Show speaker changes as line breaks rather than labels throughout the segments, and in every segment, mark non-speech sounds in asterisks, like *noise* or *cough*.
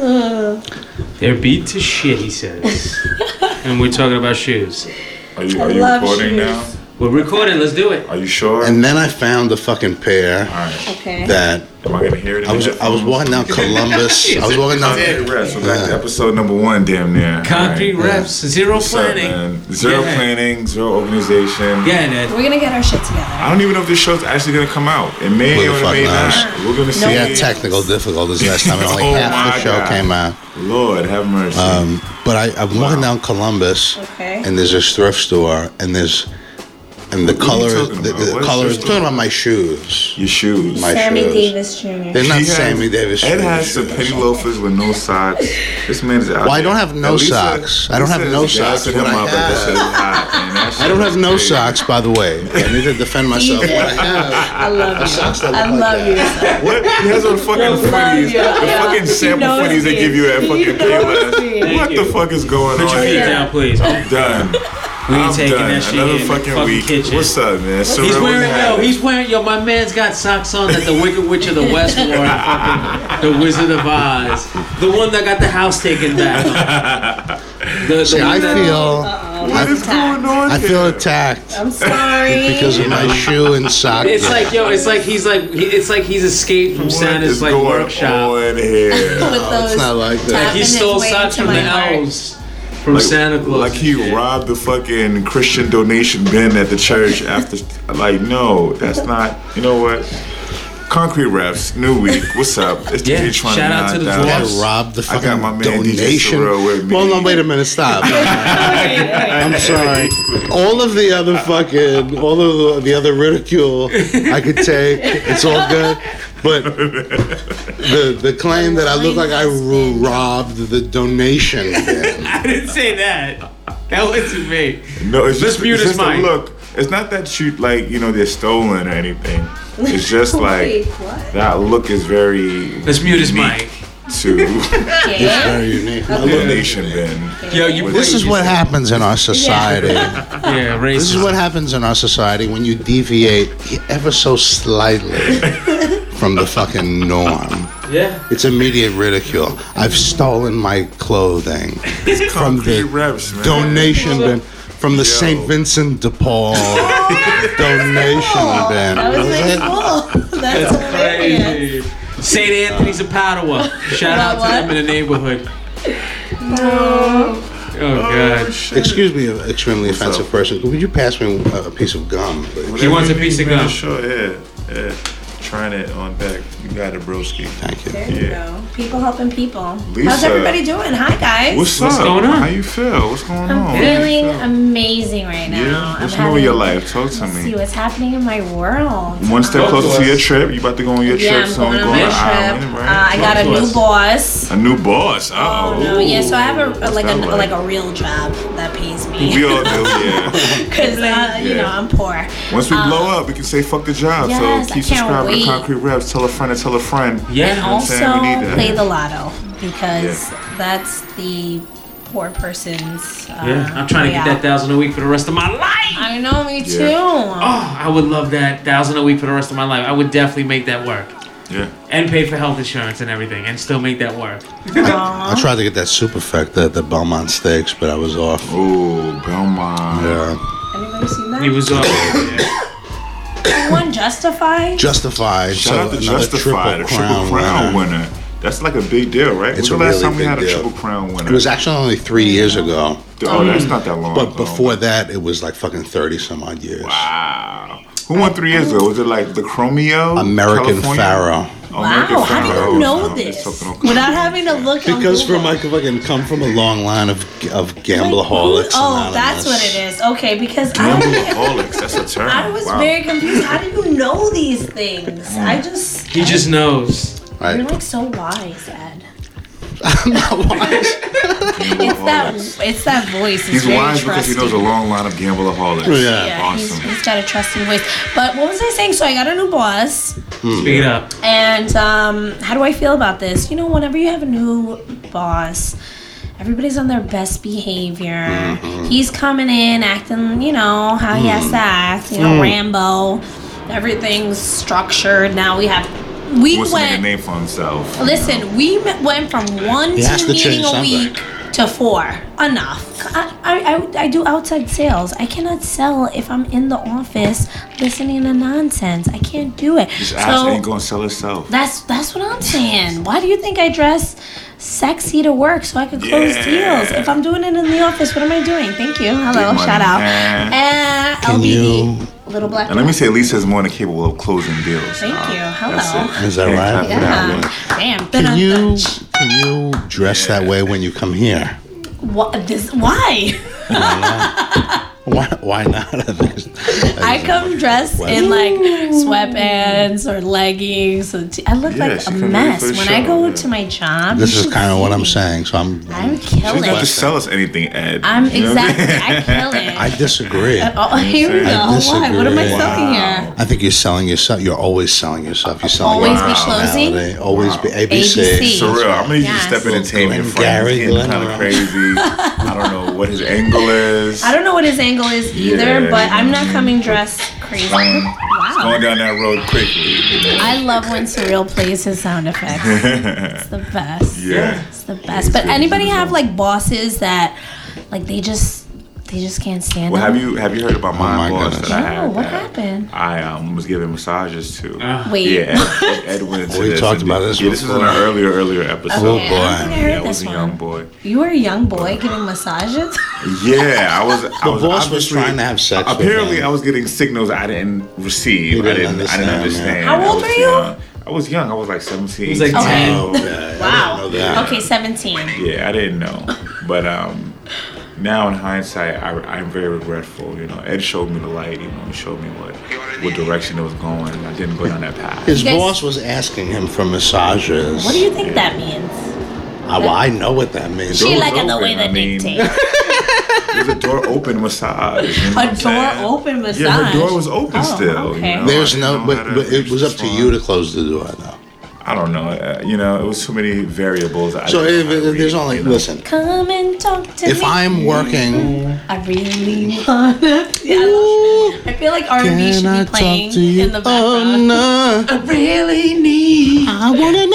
They're beat to shit, he says. and we're talking about shoes.
Are you,
I
are you
love
recording
shoes.
now?
We're recording. Let's do it.
Are you sure?
And then I found a fucking pair
All right.
Okay.
that
Am I gonna hear it? in
I was
the
I was
headphones?
walking down
*laughs*
Columbus. I was walking
I'm here
down.
to rest. We're back to episode number one, damn near.
Concrete
All right.
reps, zero
What's up,
planning.
man? Zero
Yeah.
planning, zero organization.
Yeah, uh, Ned.
We're gonna get our shit together.
I don't even know if this show's actually gonna come out. It may
Who the
or it
fuck
may
knows?
not. We're gonna see.
We had technical difficulties last time, and only
*laughs* Oh
half
my
the show
God.
came out.
Lord have mercy.
Um, but I, I'm walking down Columbus,
Okay.
and there's this thrift store, and there's and the
are you
color is
talking
the,
about?
the
What is
color
this
is talking about my shoes.
Your shoes.
My
Sammy
shoes.
Davis Jr.
They're
He
not
has-
Sammy Davis.
Ed
shoes.
has the penny loafers with no socks. This man is out.
Well, I
there.
don't have no
And Lisa-
socks. I don't have
Lisa
no
is
socks.
gassing him
What I
up at this
have-
shit is hot, man. That shit
I don't
is
have no
crazy.
socks, by the way. I need to
*laughs*
defend myself. What I
I
have.
love
are
you.
socks that
I
look like
love you.
that.
What? He has on fucking
Love
funnies. The
you. Yeah.
fucking
He
sample
knows
funnies they
me.
give you at
He
fucking
knows me.
Payless.
Thank
What the
you.
fuck is going
Put
on
your feet
here?
down, please. I'm
Done.
We ain't
I'm
taking
done.
that shit
Another
in the
fucking,
fucking
week.
kitchen.
What's up, man? So
He's
Rebel
wearing
had-
yo. He's wearing yo. My man's got socks on that the Wicked Witch of the West wore. in Fucking the Wizard of Oz. The one that got the house taken back. The, the
See,
one
I
that-
feel
What is going on?
I
Uh-uh.
feel
here?
attacked
*laughs*
I'm sorry.
because of my shoe and sock.
It's like yo. It's like he's like he, it's like he's escaped from
What
Santa's
is
like
going
workshop.
on here?
with those
it's not like that.
tapping
He
his
stole
way
socks
into
from the
my heart.
elves from Santa Claus.
Like
and
he
shit.
robbed the fucking Christian donation bin at the church after. Like, no, that's not. You know what? Concrete refs, new week. What's up? It's the
Yeah,
Patreon
shout out to the
9000.
dwarfs.
*laughs*
I robbed the
I got
fucking
my man DJ
donation.
Sorrell with me.
Well, no, wait a minute,
*laughs*
stop. I'm sorry. All of the other fucking, all of the, the other ridicule I could take. It's all good, but the the claim that I look like I robbed the donation.
*laughs*
bin.
I didn't say that. That wasn't me.
No, it's
This
just,
mute
it's
is
just
mine.
a look. It's not that you like you know they're stolen or anything.
*laughs*
It's just
Wait,
like
what?
that look is very
This mute is
unique
Mike.
*laughs*
to
It's
Yeah.
very unique. I
the
love it.
nation bin.
Yo, you.
This is what happens in our society.
Yeah, racist.
This is what happens in our society when you deviate ever so slightly from the fucking norm.
Yeah.
*laughs* It's immediate ridicule. I've stolen my clothing from
Concrete
the
reps, man.
donation bin, from the St. Vincent de
*laughs*
Paul donation bin.
That was my school. *laughs* That's hilarious.
Crazy. St. Anthony's of Padua.
*laughs*
Shout out to
About
them
what?
in the neighborhood. No. Oh, God.
Excuse me, an extremely offensive
up?
person. Would you pass me uh, a a piece of gum, please?
He wants a piece of
Man,
gum.
Sure, yeah, yeah. Trying it on back. You got it, broski.
Thank you.
There you
Yeah.
go. People helping people. How's
Lisa.
everybody doing? Hi guys.
What's,
What's
up?
going on?
How you feel? What's going on?
I'm feeling amazing right now.
Yeah.
I'm
What's new in your
having-
life? Talk to
See
me.
what's happening in my world.
One step
Talk to
closer to
us.
your trip. You about to go on your
Yeah,
trip,
I'm
so
going
I'm
on
going
my
to
trip.
Ireland,
Uh,
right?
I got a
Talk to
new
us.
boss.
a new boss. Oh,
Oh no, yeah. So I have a, like a
that like?
like a real job that pays
We *laughs*
me *laughs*
all do, yeah.
because uh, you
Yeah.
know I'm poor.
Once we blow up, we can say fuck the job.
Um, yes,
so
I
keep
can't
subscribing to
wait.
Concrete Reps. Tell a friend to tell a friend.
And
Yeah.
also
saying? We need that.
play the lotto because that's the poor person's. Uh,
Yeah. I'm trying to get that
way out.
thousand a week for the rest of my life.
I know, me too.
Oh, I would love that thousand a week for the rest of my life. I would definitely make that work.
Yeah.
And pay for health insurance and everything and still make that work.
I tried to get that super effect at the Belmont Steaks, but I was off.
Oh, Belmont.
Yeah.
Anybody seen that?
He was
*coughs*
off.
One Justify.
Justified.
Shout out to
another
Justify, the Triple Crown winner. That's like a big deal, right?
It's
When's the
a
last
really
time we
big
had a
deal.
Triple Crown winner?
It was actually only three years ago.
oh, that's not that long.
But
ago.
before that, it was like fucking 30 some odd years.
Wow. Who won three years ago? Was it like the Chromeo?
American
California?
Pharaoh.
Oh, American
Wow, how do
Pharaoh.
you know
Oh,
this
it's something okay. *laughs*
without having to look? on
Because
Google?
from I fucking come from a long line of of
Like,
gambleholics.
who- Oh, that's what it is. Okay, because I,
Alcoholics, that's a term.
I was
wow.
very confused. How do you know these things? I just
He just knows.
you're
Right.
like so wise, Ed.
*laughs* I'm not
*laughs*
wise.
It's that it's that voice. It's
He's
very
wise because
trusting.
he knows a long line of gambleholics.
Yeah.
yeah, he's-
Awesome.
he's got a trusting voice. But what was I saying? So I got a new boss,
Mm.
Speak it up.
and um, how do I feel about this? You know, whenever you have a new boss, everybody's on their best behavior.
Mm-hmm.
He's coming in acting, you know, how
Mm.
he has to act. You know, Rambo. Everything's structured. Now we have we
wants to make a
went.
name for himself. you know?
Listen, we me- went from one
He has
team
to
meeting
change
a
something.
week to four. Enough. I, I, I, I do outside sales. I cannot sell if I'm in the office listening to nonsense. I can't do it.
His ass
So
ain't gonna sell itself.
that's that's what I'm saying. Why do you think I dress sexy to work so I could close
Yeah.
deals? If I'm doing it in the office, what am I doing? Thank you. Hello.
Good money.
Shout out.
Eh.
Uh,
you-
LBD. Little black.
And let me say, Lisa's more than capable of closing deals.
Thank
Uh,
you.
that's
Hello.
it.
Is that right?
Clap for that
Yeah.
one.
Damn.
Can you can you dress that way when you come here?
What, uh, this, why?
Why why not? *laughs* I think-
I come dressed in like sweatpants or leggings. So t- I look
Yeah,
like
she
a
come ready
mess
for the
when I
show,
go
yeah.
to my job.
This
you
is
should
kind of what
see
I'm
me.
saying. So I'm
I'm
She's
killing.
not to
it.
sell us anything, Ed.
*laughs* I'm
You know what mean?
exactly. I kill
*laughs*
it.
I disagree.
oh, *laughs* here we go.
I
Why? What am I
disagree.
selling
Wow.
here?
I think you're selling yourself. You're always selling yourself. You're selling
Always
your
be
personality. Always be
*laughs* ABC.
ABC.
So real. I'm gonna need you to step in and
Yes.
tame your
Glenn
friend.
Gary,
He's
Glenn
kind of
Ross.
*laughs*
crazy. I don't know what his angle is.
I don't know what his angle is either,
Yeah.
but I'm not coming dressed crazy.
Um, it's Going
Wow.
down that road quickly.
I love when Surreal plays his
*laughs*
sound effects. It's the best.
Yeah.
It's the best. But
good.
anybody
It's
have
good.
like bosses that like they just they just can't stand
Well,
them?
have you have you heard about my,
Oh my
boss
goodness.
that I had?
No, what
that
happened?
I um, was giving massages to.
Uh-huh.
Wait.
Yeah, Ed,
*laughs*
Ed went into
We
this
talked
and-
about this
Yeah, this was in
before.
an earlier earlier episode.
Oh,
Okay, I don't think I
boy.
heard
Yeah, I was
this
a
one.
young boy.
You were a young boy giving massages?
Yeah, *laughs* I was. I
The boss
was
was
obviously-
trying to have sex. with
Apparently,
him.
I was getting signals I didn't receive.
You
I
didn't
didn't. I didn't
understand,
understand.
yeah.
How
I
old
was
were you?
young. I was young. I was like seventeen.
was like
Okay.
10.
Oh, yeah. I
Wow.
didn't know that.
Okay, 17.
Yeah, I didn't know. But um, now in hindsight, I, I'm very regretful. You know, Ed showed me the light. You know, he showed me what what direction it was going. and I didn't go down that path.
His
You guys-
boss was asking him for massages.
What do you think that means?
I, Oh, well, I know what that means.
She
Doors
like it the
open,
way
I
that
mean- *laughs*
dictates.
It was a door open massage. you know what
A
I'm
door
saying?
open massage.
Yeah, her door was open
Oh,
still.
okay.
You know?
There's
I didn't
no,
know how
but,
to
but it was up to you to
respond.
close the door, though.
I don't know. Uh, you know, it was too many variables. I
So
didn't
if,
know how to
if there's
read,
only
you know?
listen.
Come and talk to
If
me.
I'm working,
I really wanna. Yeah, I love it. I feel like R&B should
can I
be
talk
playing
to you?
in the
Oh
*laughs* background.
no,
Really need.
I wanna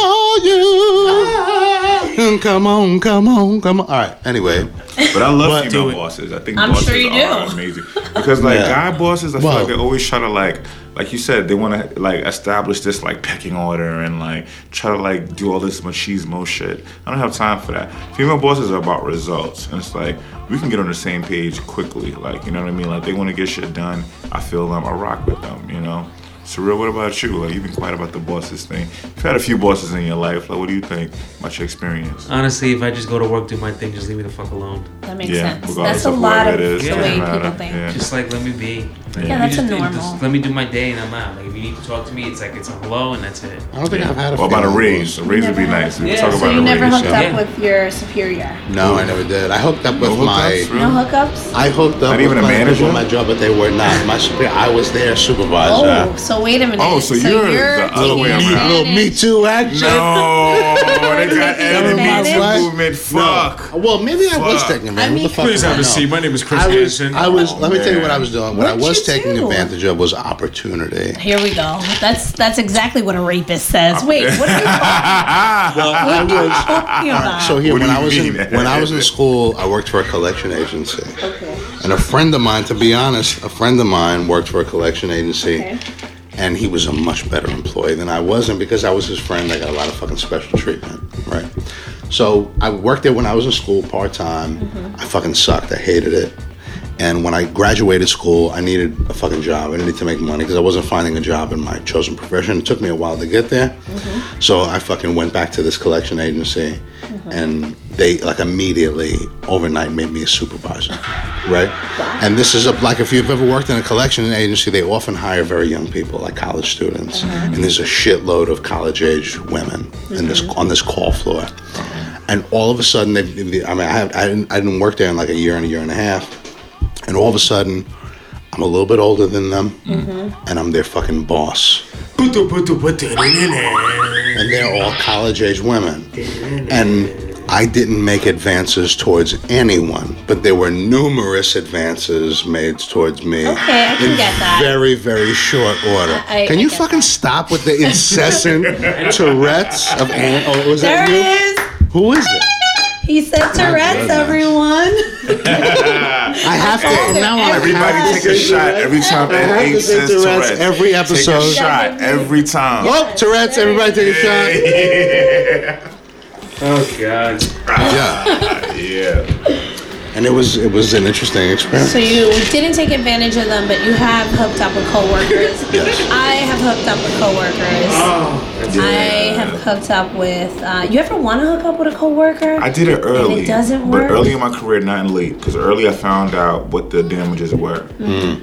Ah.
know you. Come on, come on, come on. All right. Anyway,
But I love
But-
female
Do it.
bosses. I think
I'm
bosses
sure you
are
do.
amazing because like
Yeah.
guy bosses, I
Well-
feel like they always try to like, like you said, they want to like establish this like pecking order and like try to like do all this machismo shit. I don't have time for that. Female bosses are about results, and it's like we can get on the same page quickly. Like you know what I mean? Like they want to get shit done. I feel them. I rock with them. You know. Surreal, what about you? Like you've been quiet about the bosses thing. You've had a few bosses in your life. Like what do you think about your experience?
Honestly, if I just go to work, do my thing, just leave me the fuck alone.
That makes
Yeah,
sense.
regardless
That's a
of
lot of
whoever it is,
the
doesn't
way
matter.
people think.
Yeah.
Just like let me be. Like,
Yeah,
you
that's
just,
a normal.
Just let me do my day and I'm out. Like if you need to talk to me, it's like it's a hello and that's it.
I don't think I've had a.
What about a
female
raise? A
boss.
raise would be nice. We can
Yeah,
talk
so
about
So you
a
never
raise.
hooked
yeah.
up with your superior?
No, I never did. I hooked up with
No
my.
hookups, really?
No hookups?
I hooked up
Not even
with
a
my
manager?
people at my job, but they were not. My superior, I was their supervisor.
Oh, so wait a minute.
Oh, so you're the other
taking
way around.
Me, little me
advantage.
too action.
No,
*laughs*
they got
Taking
enemy
advantage?
movement. Fuck.
No. Well, maybe I was
Fuck.
taking advantage.
I mean-
what the fuck
Please
do I know?
My name is Chris
I was, I was.
Oh,
let me tell you what
*laughs*
I
man.
was doing. What, I
What'd
was
you
taking
do?
advantage of was opportunity.
Here we go. That's that's exactly what a rapist says. Wait, what are you talking about?
So here,
What do
when
you
I was in,
mean?
when I was in school, I worked for a collection agency,
okay.
and a friend of mine, to be honest, a friend of mine worked for a collection agency.
Okay.
And he was a much better employee than I was, and because I was his friend, I got a lot of fucking special treatment, right? So I worked there when I was in school part time. I fucking sucked. I hated it. And when I graduated school, I needed a fucking job. I needed to make money because I wasn't finding a job in my chosen profession. It took me a while to get there. So I fucking went back to this collection agency and they like immediately overnight made me a supervisor. Right? And this is a, like if you've ever worked in a collection agency, they often hire very young people, like college students. And there's a shitload of college age women in this on this call floor and all of a sudden they, they- i mean I, had- I, didn't, I didn't work there in like a year and a year and a half and all of a sudden i'm a little bit older than them
Mm-hmm.
and i'm their fucking boss and they're all college age women and I didn't make advances towards anyone, but there were numerous advances made towards me.
Okay, I can
in
get that.
Very, very short order.
I- I
can you
get
fucking stop with the
*laughs*
incessant Tourette's of? an- Oh, was
There
that
it
you?
is.
Who is it?
He said Tourette's,
goodness.
everyone.
I have to.
Oh,
now I
Everybody
have
take
to
a
say
shot
Tourette's.
every
I
time that
have to
Hank
say
says
Tourette's
Tourette's.
every
Take a
episode.
shot every time.
Oh, Tourette's! Everybody take a shot.
Oh God.
Yeah,
*laughs* Yeah.
and it was it was an interesting experience.
So you didn't take advantage of them, but you have hooked up with coworkers.
Yes.
I have hooked up with coworkers.
Oh, that's
I have hooked up with. Uh, you ever want to hook up with a coworker?
I did it early.
And it doesn't
But
work?
early in my career, not late, because early I found out what the damages were.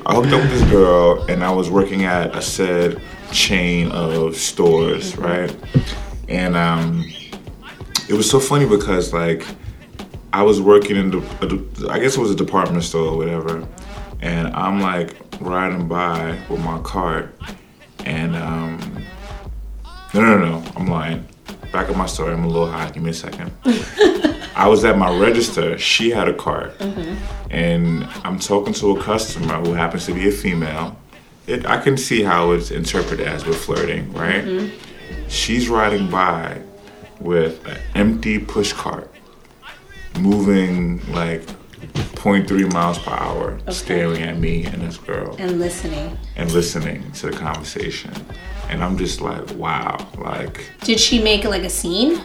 I hooked up with this girl, and I was working at a said chain of stores,
Mm-hmm.
right? And um, it was so funny because like I was working in the, I guess it was a department store or whatever, and I'm like riding by with my cart, and um, no, no, no, no, I'm lying. Back up my story. I'm a little high. Give me a second. *laughs* I was at my register. She had a cart, and I'm talking to a customer who happens to be a female. It, I can see how it's interpreted as we're flirting, right? She's riding by with an empty push cart, moving like 0.3 miles per hour, staring at me and this girl
and listening.
and listening to the conversation. And I'm just like, wow, like
Did she make like a scene?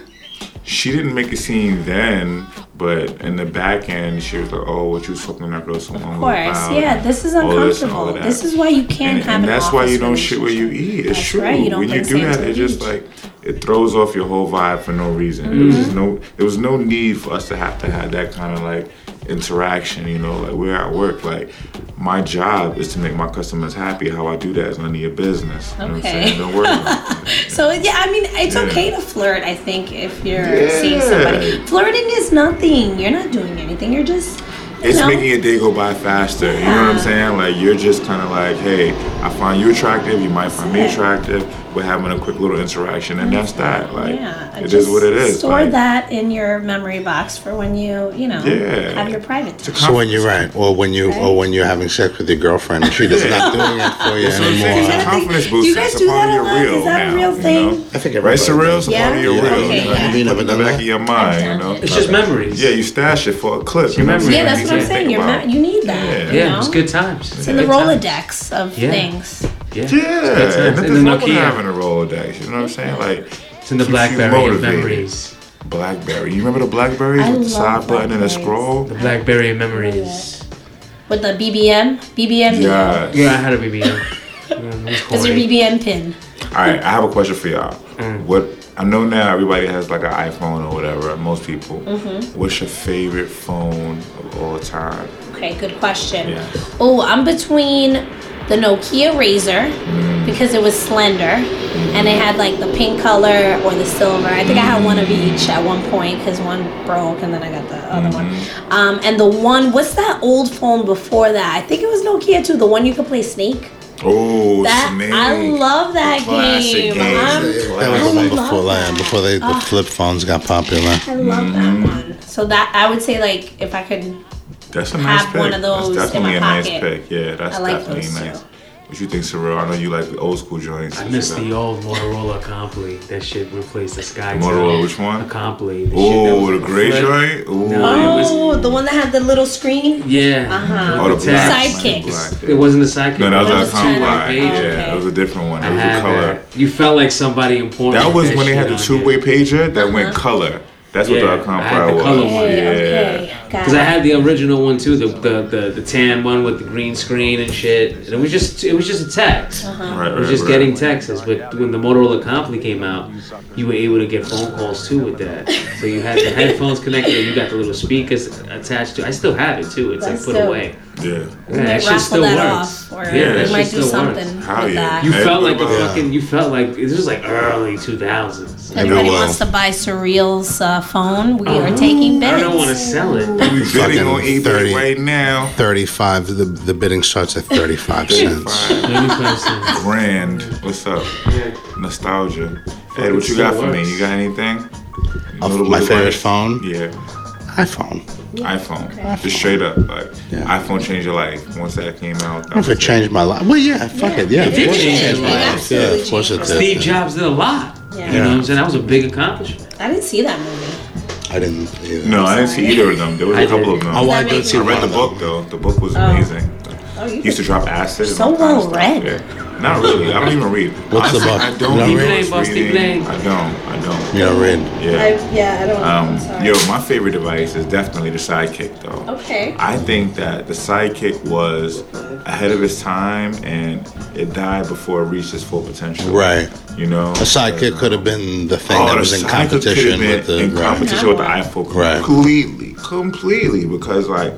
she didn't make a scene then, but in the back end, she was like, "Oh, what you was talking to that girl so long
Of course.
about?"
Yeah, this is
all this and
uncomfortable.
all
This,
of that.
is why you can't
and,
have
and
an
that's why you
office
don't shit where you
relationship.
eat. It's
That's
true.
right, you don't
when you
bring
do
sand
that,
to the
it just
beach.
like it throws off your whole vibe for no reason. There was
Mm-hmm.
just no. There was no need for us to have to have that kind of like interaction. You know, like we're at work. Like my job is to make my customers happy. How I do that is none of your business. You know what I'm
Okay.
saying? Don't worry. about
*laughs*
it.
So yeah, I mean, it's
Yeah.
okay to flirt. I think if you're
Yeah.
seeing somebody, flirting is nothing. You're not doing anything. You're just. You
it's
know,
making your day go by faster. You know what
Ah.
I'm saying? Like you're just kind of like, hey, I find you attractive. You might find me
it.
attractive. We're having a quick little interaction, and that's that. Like
Yeah,
it
just
is what it is.
Store
like,
that in your memory box for when you, you know,
Yeah.
have your private time.
So when you're right, or when you, or when you're having sex with your girlfriend, and she's not doing it for you
That's what I'm saying.
anymore.
It's a confidence booster.
Do you guys
it's
do
a part
that a
of
lot?
your real
Is that a
now,
real
You
thing?
know?
I think
Right, it's a real. It's a
Yeah?
part of your
Yeah.
real.
Okay,
you know?
yeah.
You put it in the back of your mind. You know.
It's just memories.
Yeah, you stash it for a clip. you know
memories.
what
Yeah,
I'm
that's
saying?
what I'm
Think
saying. You're
about-
not, you need that.
Yeah.
you
Yeah,
know?
it's good times. It's
in the
good times.
Rolodex of
Yeah.
things.
Yeah. It's
Yeah,
good times.
nothing
In the
wrong with
Nokia.
having a Rolodex. You know what I'm saying? Like.
It's in the
Keeps you
BlackBerry of
motivated.
memories.
Blackberry. You remember the Blackberries
I
with the
love
side button and the
Blackberries.
scroll?
The BlackBerry of
*laughs*
memories.
With the BBM, BBM.
Yeah.
Yeah, I had a BBM. Yeah, it was
That's your
horny.
BBM pin.
All right, I have a question for y'all.
Mm.
What I know now, everybody has like an iPhone or whatever. Most people.
Mm-hmm.
What's your favorite phone of all time?
Okay, good question.
Yeah.
Oh, I'm between the Nokia Razor because it was slender and it had like the pink color or the silver. I think I had one of each at one point because one broke and then I got the other one. Um, and the one, what's that old phone before that? I think it was Nokia too. The one you could play Snake.
Oh,
That
Snake.
I love that
Classic
game.
game.
That
I'm
was the one
I love
before
that.
that, before they, the flip phones got popular.
I love that one. So that I would say like if I could
That's a nice
have
pick.
one of those in
that's definitely
my
a nice
pocket.
pick. Yeah, that's
I like
definitely
those
nice.
too.
What you think, Sorrel? I know you like the old school joints.
I miss the old Motorola Compli. That shit replaced the SkyTel.
Motorola, which one?
Compli. The shit that was
Oh, the
a
gray
flip.
joint. Ooh.
No. It was-
Oh, the one that had the little screen?
Yeah.
Uh-huh.
Oh, the
With the
black.
tabs.
Sidekicks.
Black, yeah.
It wasn't a sidekick.
No, that
it
was
a
our time
two-way
line.
page.
okay.
Yeah, that was a different one. It
I
was a
had
color.
that. You felt like somebody important.
That
with
was when they
shit
had the
on
two
there.
way pager that went color. That's
Uh-huh. Yeah,
what the
I had the
Comprar was.
color
yeah.
one.
Okay, got
Because I
it.
had the original one too, the, the the the tan one with the green screen and shit. And it was just it was just a text.
Uh-huh.
Right,
It was
right,
just
right.
getting texts. But when the Motorola Compli came out, you were able to get phone calls too with that. So you had
*laughs*
the headphones connected. and You got the little speakers attached to. I still have it too. It's like
That's
put
dope.
away.
Yeah.
Yeah,
They
that shit
raffle
still
that
works.
off, or
yeah, that
they might
shit
do
still
something
works.
Hell
with
yeah.
that.
You felt like a
Yeah.
fucking. You felt like this was like early two thousands.
Anybody
Yeah, well.
wants to
uh,
buy Surreal's uh, phone? We are
Uh-huh.
taking
I
bids.
don't want to sell it.
We bidding on
Fucking
eBay
30.
right now.
35, the, the bidding starts at 35 cents.
Fine.
Maybe person.
Brand. What's up?
Yeah.
Nostalgia. Ed, what you
still
got for me?
works.
You got anything? Little-
of my
little
favorite
lights.
phone,
Yeah,
iPhone.
iPhone. Just straight up, like
Yeah.
iPhone changed your life. Once that came out, that
I don't know if
was
it changed my life. Well, yeah, fuck it. Yeah, of
did
course it
change
changed
your
my
life.
life. Yeah, of course it
Steve
did.
Jobs did a lot.
Yeah.
You know what I'm saying? That was a big accomplishment.
I didn't see that movie.
I didn't. Either.
No, I didn't see either of them. There was
I
a couple
did.
of them.
Oh, well, I
Does that
did
make
see
I
you-
one
read the
of
book
them.
though. The book was amazing.
Oh, you
He used to drop acid. and
so
all kinds
well
of stuff.
read.
Yeah. Not really. I don't even read.
What's the
Honestly,
book?
I
You
don't
don't
even
read?
Blame, Busty, blame.
I don't. I don't.
You know, read.
Yeah.
yeah, I don't.
Um, yo, my favorite device is definitely the Sidekick though.
Okay.
I think that the Sidekick was ahead of its time and it died before it reached its full potential.
Right.
You know.
A sidekick could have been the thing
Oh,
that
the
was in
sidekick
competition
could've been
with the.
in
right.
competition with the iPhone
Right.
completely, completely because like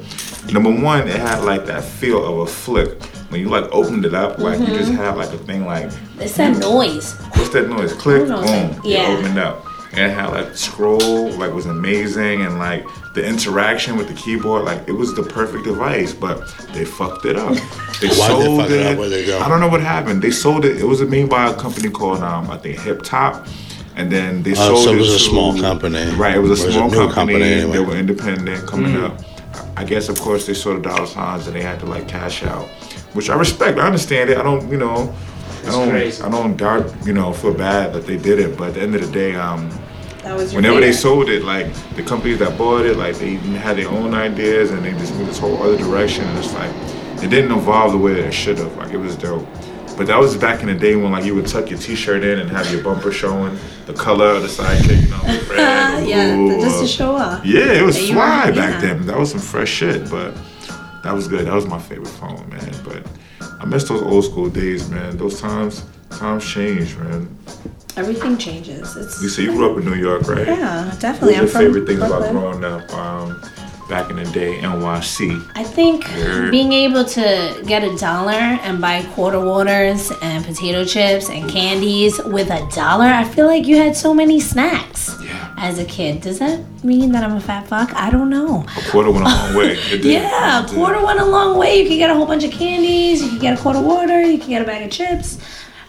number one, it had like that feel of a flick when you like opened it up, like you just have like a thing like
It's that noise.
what's that noise? Click,
Who knows?
boom,
Yeah.
it opened up. And it had like scroll, like was amazing, and like the interaction with the keyboard, like it was the perfect device, but they fucked it
*laughs*
up. They
Why'd they
sold
fuck it up? Where'd they go?
I don't know what happened. They sold it. It was made by a company called um, I think Hip Top, and then they
Oh,
sold
so it
it
was a
to-
small company.
Right, it was a
Or is it
small
new
company.
company anyway?
They were independent coming
Mm-hmm.
up. I guess, of course, they saw the dollar signs and they had to like cash out, which I respect. I understand it. I don't, you know, I don't,
crazy.
I don't doubt, you know, feel bad that they did it. But at the end of the day, um,
That was your
whenever they
favorite.
sold it, like the companies that bought it, like they had their own ideas and they just moved this whole other direction. And it's like it didn't evolve the way that it should have. Like it was dope. But that was back in the day when like you would tuck your T-shirt in and have your bumper showing, the color of the sidekick, you know, red,
*laughs* yeah,
blue,
just
uh,
to show up.
yeah, it was
Yeah, you were-
fly back
yeah.
then. That was some fresh shit, but that was good. That was my favorite phone, man. But I miss those old school days, man. Those times, times changed, man.
Everything changes. It's
Lisa, you grew up in New York, right?
yeah,
What
definitely.
was
I'm
your
from
favorite things
Brooklyn.
about growing up um, back in the day, NYC?
I think
Sure.
being able to get a dollar and buy quarter waters and potato chips and candies with a dollar, I feel like you had so many snacks
Yeah.
as a kid. Does that mean that I'm a fat fuck? I don't know.
A quarter went a long
*laughs*
way. It did.
Yeah,
It
a
did.
quarter went a long way. You could get a whole bunch of candies. You could get a quart of water. You could get a bag of chips.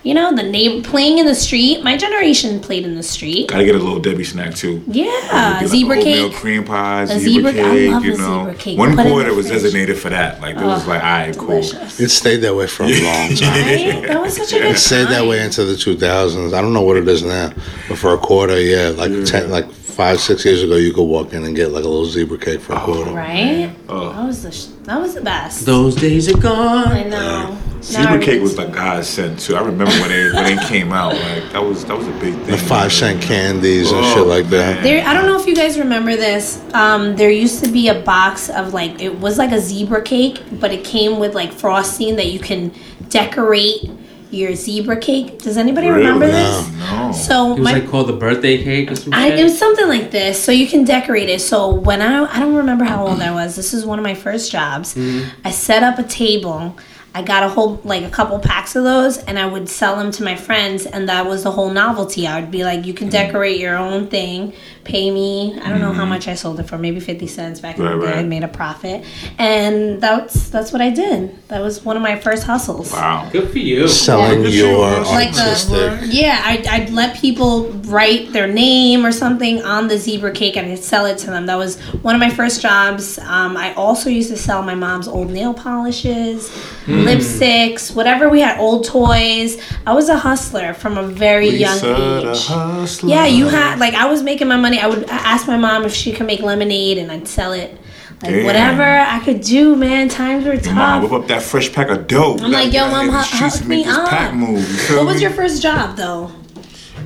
You know, the neighbor playing in the street. My generation played in the street.
Gotta get a little Debbie snack too.
Yeah,
It'd be
Uh, zebra
like
cake.
oatmeal cream pie, zebra,
zebra- I
cake.
love
you
a
know,
zebra cake.
one
Put it in
quarter
the
was
fridge.
designated for that. Like it was like, all right, cool. *laughs*
Delicious.
It stayed that way for a long time.
Right? That was such a good
It stayed that
time.
way into the 2000s. I don't know what it is now, but for a quarter, yeah, like ten, like five, six years ago, you could walk in and get like a little zebra cake for a quarter.
Oh, Right? That was the sh- that was the best.
Those days are
I
gone.
know. Now
Zebra
I
cake was
really-
like godsend too. I remember when it when it came out, like that was that was a big thing.
The five cent candies and
Oh,
shit like that.
There, I don't know if you guys remember this. Um, there used to be a box of like it was like a zebra cake, but it came with like frosting that you can decorate your zebra cake. Does anybody remember
Really?
this?
No.
So
It was
my
like called the birthday cake or some
I,
shit.
it was something like this, so you can decorate it. So when I I don't remember how old I was. This is one of my first jobs.
Mm-hmm.
I set up a table. I got a whole like a couple packs of those, and I would sell them to my friends, and that was the whole novelty. I would be like, "You can
Mm-hmm.
decorate your own thing. Pay me. I don't know how much I sold it for. Maybe fifty cents back in
Right,
the day.
right.
I made a profit, and that's that's what I did. That was one of my first hustles.
wow.
Good for you.
Selling
Look at you,
your
Russell.
Like the-
artistic.
Yeah, I'd, I'd let people write their name or something on the zebra cake and I'd sell it to them. That was one of my first jobs. Um, I also used to sell my mom's old nail polishes,
Hmm.
lipsticks, whatever we had, old toys. I was a hustler from a very young
the
age.
hustler.
Yeah, you had, like, I was making my money. I would ask my mom if she could make lemonade and I'd sell it. Like,
Damn.
whatever I could do, man. Times were tough.
Mom, whip up that fresh pack of dope.
I'm like, yo, Mom, hu-
help
hook me up.
Pack move, you feel
what was
me?
your first job, though?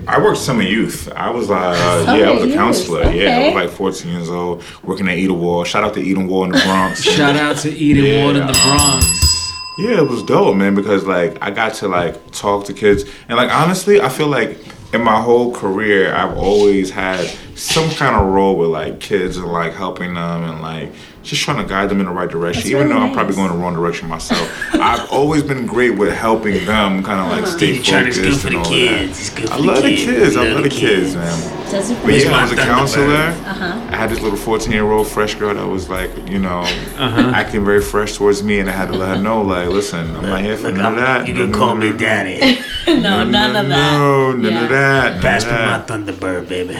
I worked summer youth. I was like,
Summer
yeah, I was a
youth,
counselor. Yeah, I
okay.
was like 14 years old, working at Eden Wall. Shout out to Eden Wall in the
*laughs*
Bronx.
Shout out to Eden
Yeah,
Ward in the
um,
Bronx.
Yeah, it was dope, man, because like I got to like talk to kids and like honestly, I feel like in my whole career I've always had some kind of role with like kids and like helping them and like just trying to guide them in the right direction.
That's
Even
really
though I'm probably
nice.
going the wrong direction myself. I've always been great with helping them kind of like stay
China's good
focused
for
and
the
all
kids. It's
that.
good for
I
the
love the
kids.
kids.
We
I love the kids, man.
Does it
But yeah, when I was a
my Thunderbird.
counselor. I had this little 14 year old fresh girl that was like, you know, acting very fresh towards me, and I had to let her know, like, listen, I'm not here for
Look,
none of that.
I'm, you can
No,
call
no,
me
no,
daddy.
*laughs*
*laughs*
No, none of that.
No, none
Yeah.
of that. none
Pass
of
me my
that.
Thunderbird, baby.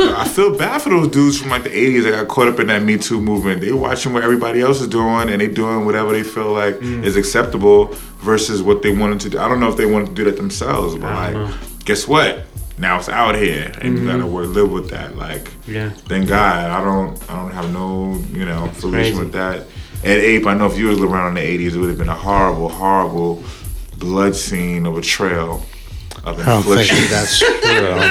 I feel bad for those dudes from like the '80s that got caught up in that Me Too movement. They watching what everybody else is doing, and they doing whatever they feel like is acceptable versus what they wanted to do. I don't know if they wanted to do that themselves, but like, guess what? Now it's out here, and you gotta work, live with that. Like,
Yeah.
thank God, I don't, I don't have no, you know,
crazy.
solution with that. At Ape, I know if you was around in the '80s, it would have been a horrible, horrible blood scene of a trail of
I don't think
infliction.
that's true.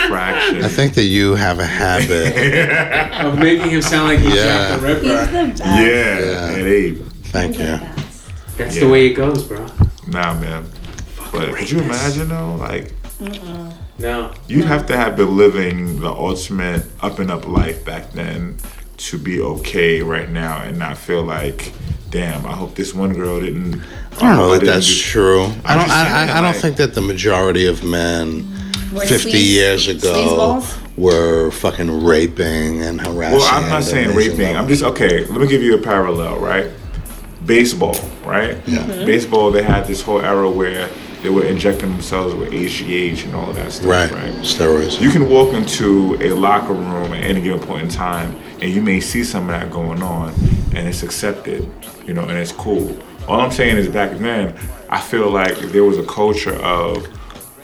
Fraction. *laughs*
I think that you have a habit.
Of making him sound like he's
Yeah.
Jack the Ripper.
He's the best.
Yeah,
Yeah.
at Ape.
Thank
He's the
you.
best.
That's
Yeah.
the way it goes, bro.
Nah, man. But could you imagine though? Like,
No.
you'd have to have been living the ultimate up and up life back then to be okay right now and not feel like, damn, I hope this one girl didn't.
I don't know that
didn't
that's
do-
true. I
I'm
don't.
just
I,
saying,
I, I don't
like-
think that the majority of men
We're
fifty
sleaze-
years
sleaze
ago
balls.
were fucking raping and harassing.
Well, I'm
at
not saying
amazing
raping. I'm
levels.
just okay. Let me give you a parallel, right? Baseball, right? Yeah. Baseball, they had this whole era where they were injecting themselves with HGH and all of that stuff,
right.
right?
Steroids.
You can walk into a locker room at any given point in time, and you may see some of that going on, and it's accepted, you know, and it's cool. All I'm saying is, back then, I feel like there was a culture of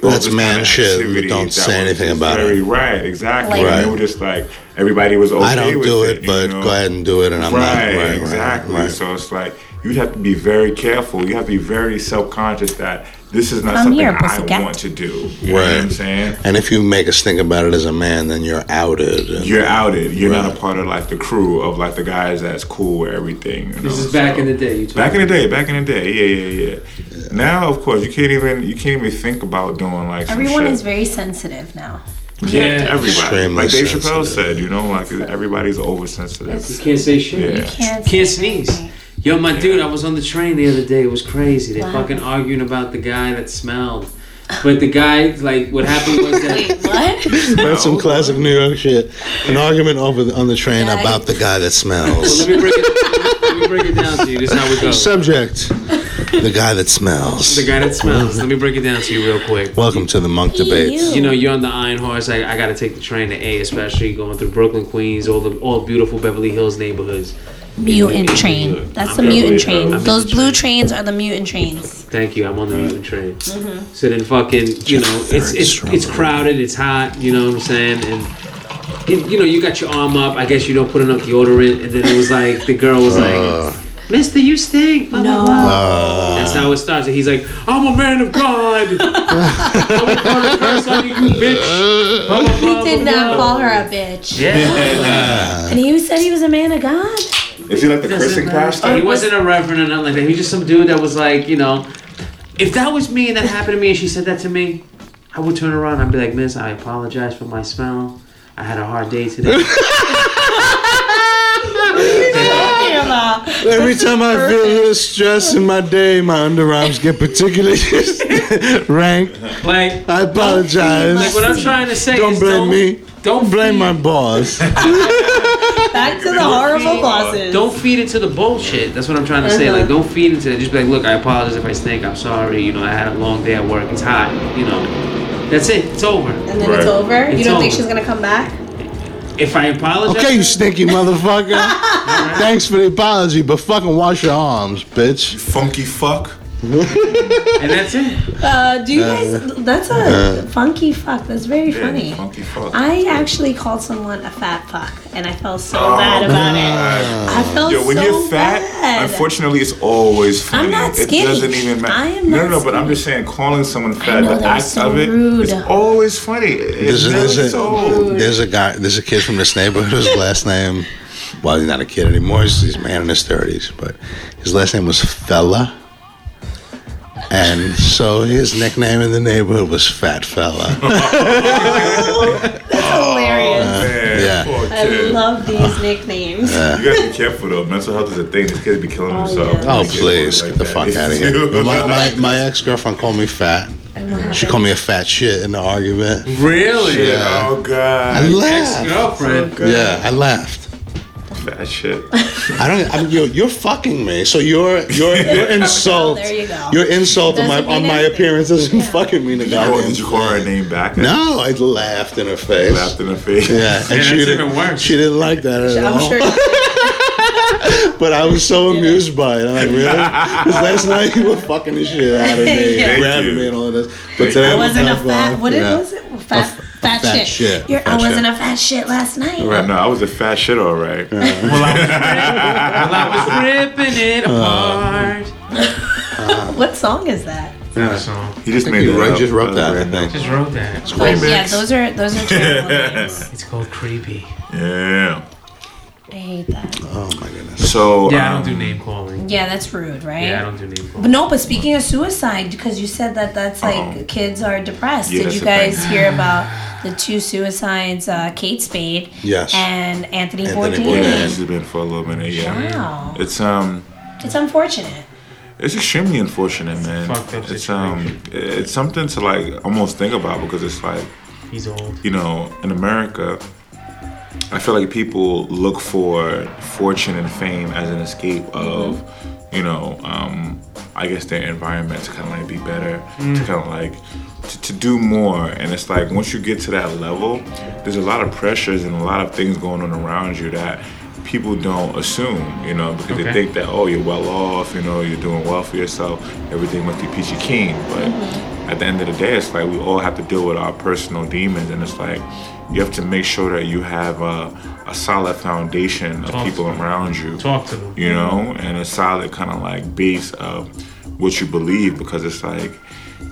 all
That's
this
man
kinda
shit, but
activity
don't
that
say
was
anything
just
about it.
very Right, exactly.
Like-
And
Right.
they were just like everybody was okay
I don't
with
do
it,
it,
you
but
know?
go ahead and do it, and I'm
right,
not. Right, right,
exactly.
right.
So it's like you'd have to be very careful. You have to be very self conscious that this is not
Come
something
here,
I
pussycat.
want to do. You know what I'm
Right.
saying?
And if you make us think about it as a man, then you're outed. and-
You're outed. You're not
Right.
a part of like the crew of like the guys that's cool with everything. you know,
This is back
so-
in the day. You
Back in the day, back in the day, yeah, yeah, yeah. Now, of course, you can't even you can't even think about doing like some
Everyone
shit.
is very sensitive now.
Yeah.
everybody.
Extremely
like Dave Chappelle
sensitive.
said, you know, like everybody's
You
oversensitive.
can't say shit.
Yeah.
Can't,
Can't sneeze. Yo, my dude, I was on the train the other day. It was crazy. They
Wow.
fucking arguing about the guy that smelled. But the guy, like, what happened was that.
Wait,
*laughs*
what?
That's some classic New York shit. An argument over the, on the train
Yeah, I-
about the guy that
Well,
smells.
let me break it. Let me break it down to you. This is how it goes.
Subject: the guy that smells.
The guy that smells. Let me break it down to you real quick.
Welcome to the monk debates.
you know you're on the iron horse i, I gotta take the train to a especially going through brooklyn queens all the all beautiful beverly hills neighborhoods
mutant train. That's the
I'm
definitely
mutant train.
sure.
I'm
Those
mutant
blue trains are the mutant trains.
thank you i'm on the mutant train
Mm-hmm.
so then fucking you know it's
Mm-hmm. very
it's,
strong.
it's crowded it's hot you know what i'm saying and it, you know you got your arm up i guess you don't put enough deodorant and then it was like the girl was
Uh.
like Mister, you stink. Blah, blah,
No.
blah. That's how it starts. And he's like, I'm a man of
*laughs*
God. I'm gonna call the curse on you, you
*laughs*
bitch. Blah, blah, blah,
He did
blah,
not
blah.
call her a bitch.
Yeah.
And you said he was a man of God.
Is he like the cursing
He
pastor?
wasn't a reverend or nothing like that. He was just some dude that was like, you know, if that was me and that happened to me and she said that to me, I would turn around and I'd be like, Miss, I apologize for my smell. I had a hard day today.
*laughs* Every time I feel a little stress in my day, my underarms get particularly *laughs* rank.
like,
I
like what
apologize.
I'm trying to say
Don't
is
blame me.
Don't
Blame
feed,
my boss.
Back to the horrible bosses.
Don't feed into the bullshit. That's what I'm trying to say.
Uh-huh.
Like, don't feed into that. Just be like, look, I apologize if I stink. I'm sorry. You know, I had a long day at work. It's hot. You know, that's it. It's over.
And then it's
Right.
over. You
It's
don't think
over.
she's gonna come back?
If I apologize,
Okay, you stinky motherfucker. Thanks for the apology, but fucking wash your arms, bitch.
Funky fuck.
and that's it.
Uh, do you guys? That's a funky fuck. That's very
Yeah,
funny.
Funky fuck.
I actually called someone a fat fuck, and I felt so bad about it. I felt
Oh, Yo, when
so
you're fat,
bad.
unfortunately, it's always funny.
I'm not
It
skinny.
doesn't even matter.
I am
no,
not
no, no. But I'm
skinny.
just saying, calling someone fat, the
know, that
act
was so
of it,
rude.
it's always funny. It's
There's a, there's,
never
a,
so.
there's a guy, there's a kid from this neighborhood
*laughs*
whose last name, well, he's not a kid anymore. He's, he's a man in his 30s, but his last name was Fella. And so his nickname in the neighborhood was Fat
*laughs*
Fella.
hilarious.
Man,
Uh, Yeah.
poor
I
kid.
love these nicknames.
You gotta be careful though. Mental health is a thing. These kids be killing
Oh,
themselves.
yeah.
Oh,
These kids
please,
like
get the
that.
fuck out of
*laughs*
here. My, my, my ex girlfriend called me fat. She called me a fat shit in the argument.
Really?
Yeah. Oh
I
god.
laughed.
Girlfriend.
Yeah, I laughed.
fat shit.
I don't. I mean, you're, you're fucking me. So your
*laughs*
your your insult.
There you go.
Your insult on my
Doesn't mean
on my
anything.
appearance doesn't fucking mean a
Oh,
goddamn
did you call her
thing.
name back?
No, I laughed in her face.
Laughed in the face.
Yeah, and
that's
she didn't.
even worse.
She didn't like that at all.
I'm sure.
But I was so amused by it. I'm like,
*laughs*
really? 'Cause last night you were fucking the shit out of me,
*laughs* Yeah.
and
Thank
grabbing
you.
me and all this. But today *laughs*
I
I'm
wasn't a
not
fat.
fine.
What
Yeah.
it was it? Fat, fat,
fat
shit.
shit.
You're, I
Fat shit.
wasn't a fat shit last night.
*laughs* Right, no, I was a fat shit, all right.
Well, I was ripping it
Uh.
apart.
Uh, What song is that?
That song.
*laughs* He just
Thank
made
you.
it
I
up.
just wrote that, I
Yeah.
think.
Just wrote that.
Those- Oh, yeah,
Remix.
those are those are
*laughs*
terrible names.
It's called creepy.
Yeah.
I hate that.
Oh my goodness.
So
Yeah, I
um,
don't do name calling.
Yeah, that's rude, right?
Yeah, I don't do name
But
calling.
no, but speaking of suicide, because you said that that's like
Uh-huh.
Uh-oh.
kids are depressed.
Yeah,
Did
that's
you
the thing.
guys hear about the two suicides, uh, Kate Spade
Yes.
and
Anthony
Anthony, Bourdain?
Yeah,
Bourdain.
she's been for a little minute. Yeah,
Wow.
it's um,
It's unfortunate.
it's extremely unfortunate, man.
fucked up
it's um, it's something to like almost think about because it's like
He's old.
you know, in America, I feel like people look for fortune and fame as an escape of, you know, um, I guess their environment to kind of like be better, to kind of like to, to do more. And it's like once you get to that level, there's a lot of pressures and a lot of things going on around you that people don't assume, you know, because they
Okay.
think that oh you're well off, you know, you're doing well for yourself, everything must be peachy keen. But at the end of the day, it's like we all have to deal with our personal demons, and it's like you have to make sure that you have a, a solid foundation of
Talk to
people
them.
around you
Talk to them.
you know, and a solid kind of like base of what you believe because it's like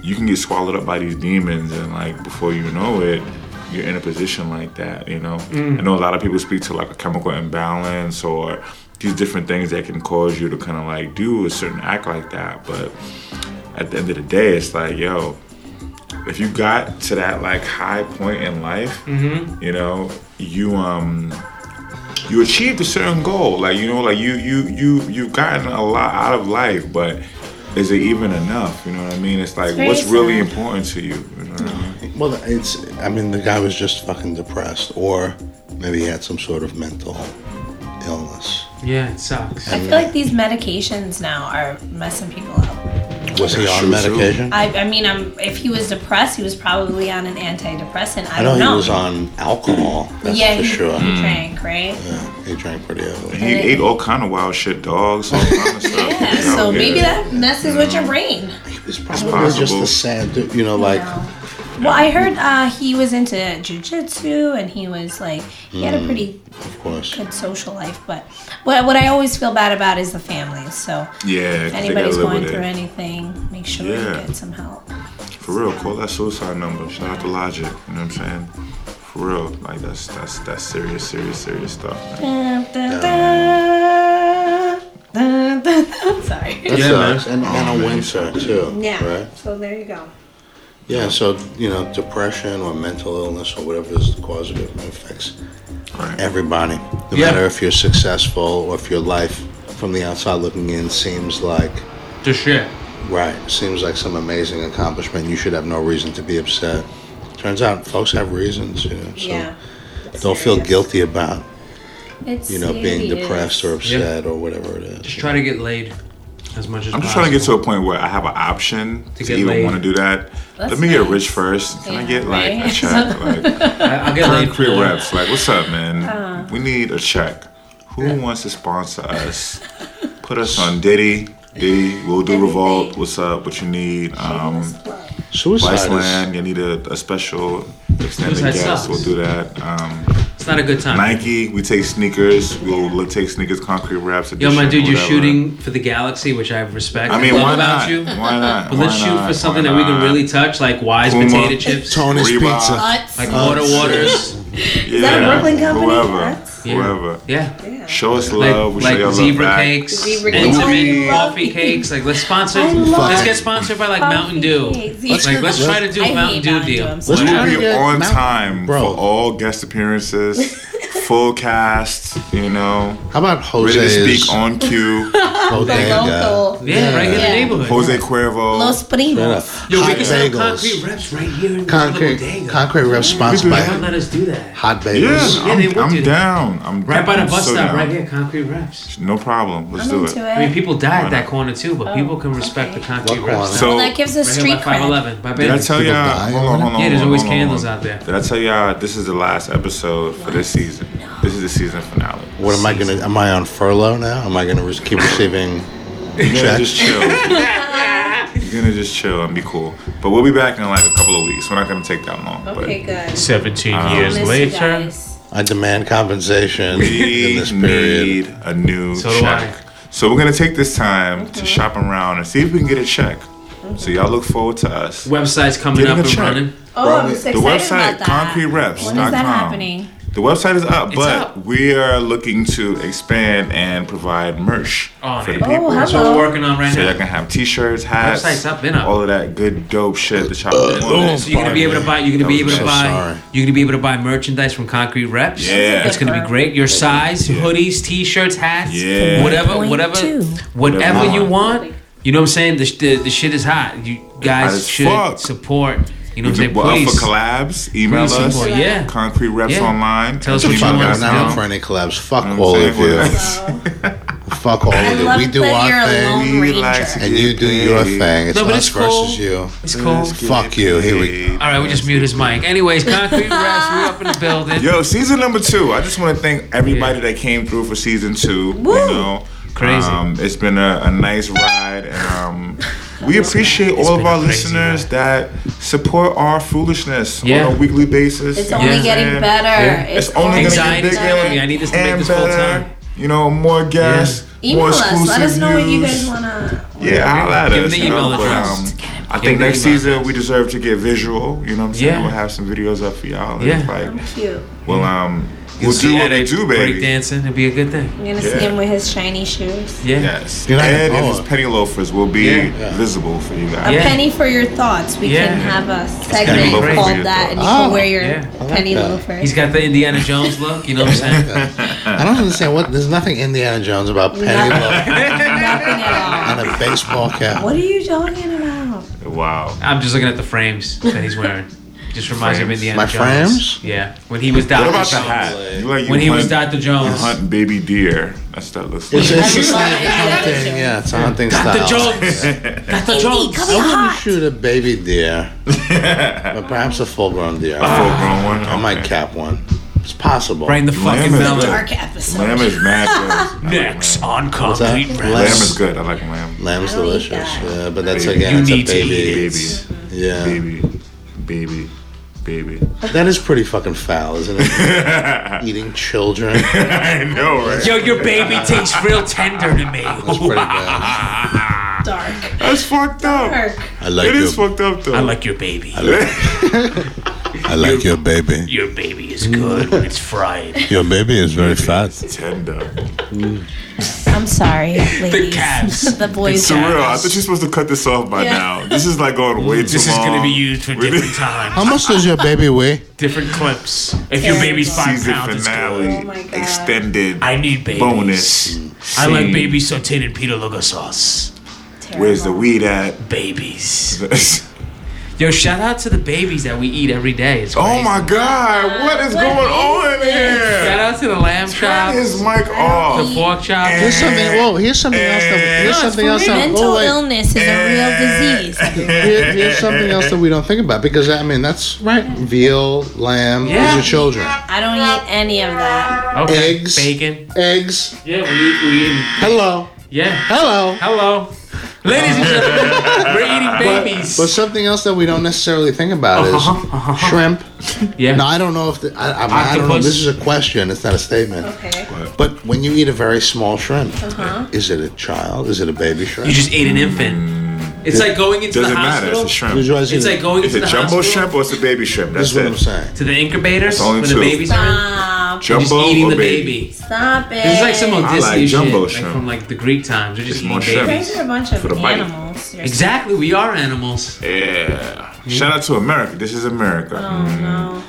you can get swallowed up by these demons and like before you know it, you're in a position like that, you know. I know a lot of people speak to like a chemical imbalance or these different things that can cause you to kind of like do a certain act like that, but at the end of the day, it's like yo. If you got to that like high point in life, you know, you um you achieved a certain goal like you know like you you you you've gotten a lot out of life but is it even enough you know what i mean it's like
very
what's really
sad.
important to you, you know what I mean?
Well, it's. I mean, the guy was just fucking depressed, or maybe he had some sort of mental illness.
Yeah, it sucks.
I feel like these medications now are messing people up.
Was he
Sure,
on
sure.
medication?
I, I mean, I'm, if he was depressed, he was probably on an antidepressant. I,
I know
don't know.
he was on alcohol. That's
yeah,
for
he,
sure. Mm.
he drank, right?
Yeah, he drank pretty heavily.
he ate all kind of wild shit dogs all kind of stuff
*laughs* Yeah,
you know,
so maybe
yeah.
that messes with your brain.
It's probably just
possible.
the sad, dude, you know, Mm. like
No. Well, I heard uh, he was into jujitsu and he was like, he
Mm.
had a pretty
of course.
good social life. But what, what I always feel bad about is the families.
yeah
So
'cause
if
they gotta
anybody's
live
going
with
through
it.
anything, make sure
Yeah.
you get some help.
for real call that suicide number shout out to logic you know what i'm saying for real like that's that's that's serious serious serious stuff man.
Dun, dun, dun, dun, dun, dun. *laughs* Sorry.
That
Yeah,
sucks. And,
Oh,
and a
man.
winter too.
Yeah.
Right?
So there you go.
Yeah. So you know, depression or mental illness or whatever is the cause of it affects
right
everybody. No
Yeah.
matter if you're successful or if your life from the outside looking in seems like
The shit.
right, seems like some amazing accomplishment. You should have no reason to be upset. Turns out, folks have reasons. You know, so
yeah.
don't feel guilty about
It's
you know being
serious.
depressed or upset or whatever it is.
Just try to get laid as much as
I'm just trying to get to a point where I have an option to,
get
even
laid.
want to do that.
That's
Let me get
nice.
rich first. Can I
Yeah,
get like a
right.
check?
*laughs*
Like,
I, will get laid
Concrete
for
reps, like, what's up, man?
Uh.
we need a check. Who wants to sponsor
*laughs*
us? Put us on Diddy. Diddy, we'll do Revolt. What's up? What you need? Um,
Suicide is-
Viceland, you need a, a special extended
Suicide
guest.
sucks.
We'll do that. Um,
It's not a good time.
Nike, we take sneakers. We'll look, take sneakers, concrete reps.
Yo, my
edition,
dude, you're
whatever.
shooting for the galaxy, which I respect.
I mean,
love
why
about
not?
you.
Why not?
But let's
Why
shoot
not?
for
Why
something that we can
not?
really touch, like Wise
Puma.
potato chips,
Tony's
Reebok.
pizza.
Butts.
like water waters.
Is
that a Brooklyn company?
Whoever,
That's-
Yeah.
whoever.
Yeah.
Yeah.
Show us
Like,
love. we show y'all
like
love
zebra
back.
cakes,
Zebra cakes.
intimate
I love
coffee
it.
cakes. Like let's sponsor.
I love
Let's
it.
get sponsored by like Mountain Dew.
Coffee cakes.
Like let's try to do
I hate
Mountain Dew
Mountain Dew,
deal.
I'm sorry.
You
Try
will
to
be
get
on
Mount-
time
Bro.
for all guest
*laughs*
appearances, full cast, you know,
How about
ready to
Jose's?
*laughs*
speak on cue.
the
Bodega.
local
Yeah, right here in the
Yeah.
neighborhood.
Jose Cuervo.
Los Primos.
Yo, we
Hot
can sell
bagels.
concrete reps right here in
Concrete,
the bodega.
concrete ref sponsored
Why
by
don't let us do that?
Hot
yeah,
Bagels.
Yeah, they
I'm,
would
I'm
do that.
down. I'm
Right by the bus
so
stop,
down.
right here, concrete reps.
No problem. Let's
I'm
do
into
it.
it.
I mean, people die at that corner too, but
Oh,
people can respect the
okay.
concrete
What
reps.
corner?
So
Well, that gives
right
us
here
street
by
cred.
511. By
Did I
Bailey's.
tell y'all?
People die
Hold on,
over
hold on.
Yeah, there's
hold on,
always
hold on,
candles
hold on.
out there.
Did I tell y'all this is the last episode for this season? This is the season finale.
What am I gonna? Am I on furlough now? Am I gonna re- keep receiving?
You're gonna
Check.
just *laughs*
*laughs*
chill. You're gonna just chill and be cool. But we'll be back in like a couple of weeks. We're not gonna take that long.
Okay, good.
17
Oh.
Miss
years
you
later.
guys.
I demand compensation
But
in
*laughs* we
this period.
need a new
So do
check.
I.
So we're gonna take this time
Mm-hmm.
to shop around and see if we can get a check. So y'all look forward to us.
Website's coming
Getting
up
a
and
check.
running.
Oh, I'm
The
so excited
website,
about that.
concretereps.com.
When is that happening?
The website is up,
It's
but
up.
we are looking to expand and provide merch
On
for the
it.
people.
Oh,
That's what we're working on right
so y'all
now.
can have t-shirts, hats,
Website's up, been up.
all of that good dope shit that y'all want.
So you're gonna be able to buy. You're gonna be able to buy. You're gonna be able to buy merchandise from Concrete Reps.
Yeah.
it's gonna be great. Your size, hoodies, t-shirts, hats,
Yeah.
whatever,
Point
whatever,
two.
whatever
Whatever
you
you
want. You know what I'm saying? The, sh- the, the shit is hot. You
Hot
guys
as
should
fuck.
support. You know what I'm saying?
We're up
Please,
for collabs. Email
please
us.
support. Yeah.
Concrete Reps
Yeah.
Online.
Tell us what you
Fuck,
want
I'm
us to
not
do.
up for any collabs. Fuck
I'm
all
saying
of
what
you. *laughs*
else?
Fuck all
I
of you.
love
We do
that
our
you're
thing,
alone.
We like to
and you
get
do your
paid.
thing. It's
No, but
us
it's cool.
versus you.
It's cool. *laughs*
Let's get
Fuck you. Here we
paid.
All right, we just mute his mic. Anyways, Concrete Reps,
*laughs*
we up in the building.
Yo, season number two. I just want to thank everybody that came through for season two.
Woo!
You know,
Crazy.
Um, it's been a, a nice ride, and um, we appreciate all of
been a
our
crazy
listeners that support our foolishness
Yeah.
on a weekly basis.
It's
You know
only
what I'm
getting
saying?
better.
It's, only
going
gonna
Anxiety
get
is
bigger
killing me. I need this to make
and
this full
better.
time.
You know, more guests,
Email
more
us.
exclusive
Let us know what you
views.
guys wanna.
Yeah, holla at
Give them
us.
the
you know,
email
but,
address.
um, I think
them the
next
email
season we deserve to get visual. You know what I'm saying?
Yeah.
We'll have some videos up for y'all. and
Yeah.
it's Like,
I'm cute.
well, um,
You'll
we'll
see
do what
Ed
we
Ed
do,
break
baby.
dancing. It'll be a good thing.
I'm gonna
Yeah.
see him with his shiny shoes.
Yeah.
Yes.
You're not
Ed
gonna
and his
call it.
penny loafers will be
Yeah.
Yeah.
visible for you
A
guys.
Yeah.
penny for your thoughts. We
Yeah.
can have a
penny
segment
loafer for
called
your
that, and you
thoughts.
can wear your
Yeah.
Oh, I like
penny
that.
loafer.
He's got the Indiana Jones look. You know what I'm saying?
I don't understand what. There's nothing Indiana Jones about penny
Nothing.
loaf
nothing at
and a baseball
all.
cap.
What are you talking about?
Wow.
I'm just looking at the frames that he's wearing. Just reminds me of
Frames?
Indiana
My
Jones.
frames?
Yeah, when he was
What
Dr.
about the
Jones.
hat? You like you
When he was
hunt-
Dr.
you
Jones. *laughs*
hunt baby deer. That's what that looks
It's,
like.
it's just
love
like
Indiana
hunting.
Jones.
Yeah, it's a hunting
Dr.
style.
Jones. Dr.
Indy,
Jones.
come
I wouldn't
hot.
shoot a baby deer, but perhaps a full-grown
*laughs*
deer.
Full grown one.
I might cap one. It's possible.
Right in the fucking
Lamb is
melon.
good.
Dark episode.
Lamb is
*laughs*
mad good. I like
Next
lamb.
on
that?
Concrete
Lamb?
Lamb
Rats.
is good. I like lamb.
Lamb's
I don't eat
delicious.
that.
Yeah, but that's
Baby.
again,
You
it's uh, a
need to eat
baby.
it.
Baby.
Yeah,
Baby. Baby.
*laughs*
Baby. *laughs*
that is pretty fucking foul, isn't
*laughs*
it? Eating children. That's
I know, right?
Yo, your baby tastes real tender to me.
pretty bad.
Dark.
That's fucked up.
Dark.
I like
It
your,
is fucked up though.
I like your baby.
I like your baby.
Your baby is good when it's fried.
Your baby is very fat.
tender.
I'm sorry, ladies.
calves.
*laughs* the boys.
It's
For
a
real,
Yeah,
I thought you're supposed to cut this off by
Yeah.
now. This is like going way too
*laughs* This is
long.
going to be used for different
How
times,
much does your baby weigh?
different clips. If your
Terrible.
baby's five
Season
pounds, it's
finale,
good.
Oh my God.
extended
I need babies.
bonus.
I like
scene.
baby sauteed in Peter Lugo sauce.
Terrible.
Where's the weed at? *laughs*
Babies.
oh
Yo, shout out to the babies that we eat every day. It's crazy.
Oh my God! What is
What
going
is
on
this?
Shout
here?
out to the lamb
Turn
chop,
his mic
the
off.
pork chop.
Here's something.
Eh.
Whoa, here's something else. That, here's
No,
something else. That,
Mental
oh, wait.
illness is a real
*laughs*
disease.
Here- here's something else that we don't think about because I mean that's right. Veal, lamb,
Yeah.
these are children.
I don't eat any of that.
Okay.
Eggs.
Bacon.
Eggs.
Yeah, we eat. We eat.
Hello.
Yeah.
Hello.
Hello. Ladies and *laughs* gentlemen, we're eating babies.
But something else that we don't necessarily think about is shrimp.
Uh-huh, yeah.
Now I don't know if the, I, I, mean, I don't know.
Octopus.
This is a question. It's not a statement.
Okay.
But when you eat a very small shrimp,
Uh-huh.
is it a child? Is it a baby shrimp?
you just ate an infant. It's like going into
Mm. Doesn't
the
matter.
hospital.
It's a
Would
shrimp.
you guys
It's
eat
like
it?
going
It's
into
a
the
jumbo
hospital
shrimp or it's a baby shrimp.
This
That's
is what I'm
it.
saying.
to the incubators
only
when the
two.
babies are in.
Stop.
They're just
Jumbo
eating
or
the
baby?
baby.
Stop it.
It's like some old
I
Disney
like jumbo
shit,
shrimp.
like from like the Greek times. They're just
It's
eating
more
babies.
shrimp.
You guys are a bunch of
For the bite.
animals. You're-
Exactly, we are animals.
Yeah. Shout out to America. This is America.
Oh no.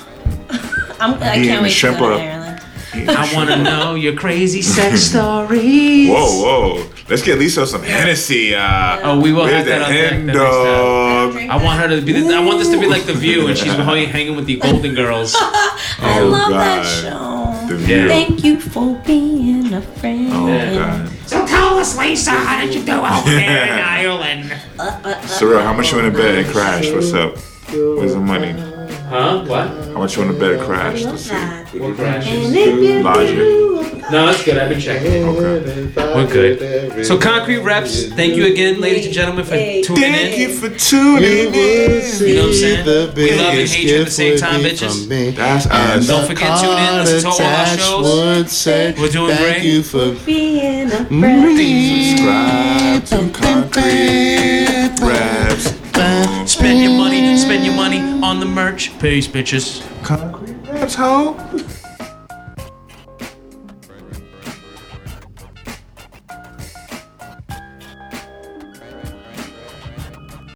*laughs* I'm, I
Eating
can't wait to
shrimp
go to
up.
Ireland.
*laughs*
I want to know your crazy sex stories.
Whoa, whoa. Let's Let's get Lisa some Hennessy. Uh,
Oh, we will have
where's
that
the
on deck
hen
the next time.
dog?
I want her to be. The, I want this to be like the View, and she's hanging hanging with the Golden Girls.
I
Oh,
love
God.
that show.
The view.
Thank you for being a friend.
Oh god.
*laughs* So tell us, Lisa, how did you do out
there in
Ireland?
Surreal, how much you in the bed and crashed? What's up? Where's the money?
Huh? What?
How much you in the bed and crashed?
Love
Let's see.
that.
What crashes?
Logic.
No, that's good. I've been checking.
Okay.
We're good. So concrete reps. Thank you again, ladies and gentlemen, for
Hey.
tuning
Thank you
in.
for tuning in.
You know what I'm saying? We love and hate you at the same time, bitches.
That's us.
Don't forget to tune in. Listen to all our shows. We're doing
Thank
great.
you for
Being a friend.
Subscribe to Concrete Raps.
Spend your money. Spend your money on the merch. Peace, bitches.
Concrete Raps, ho.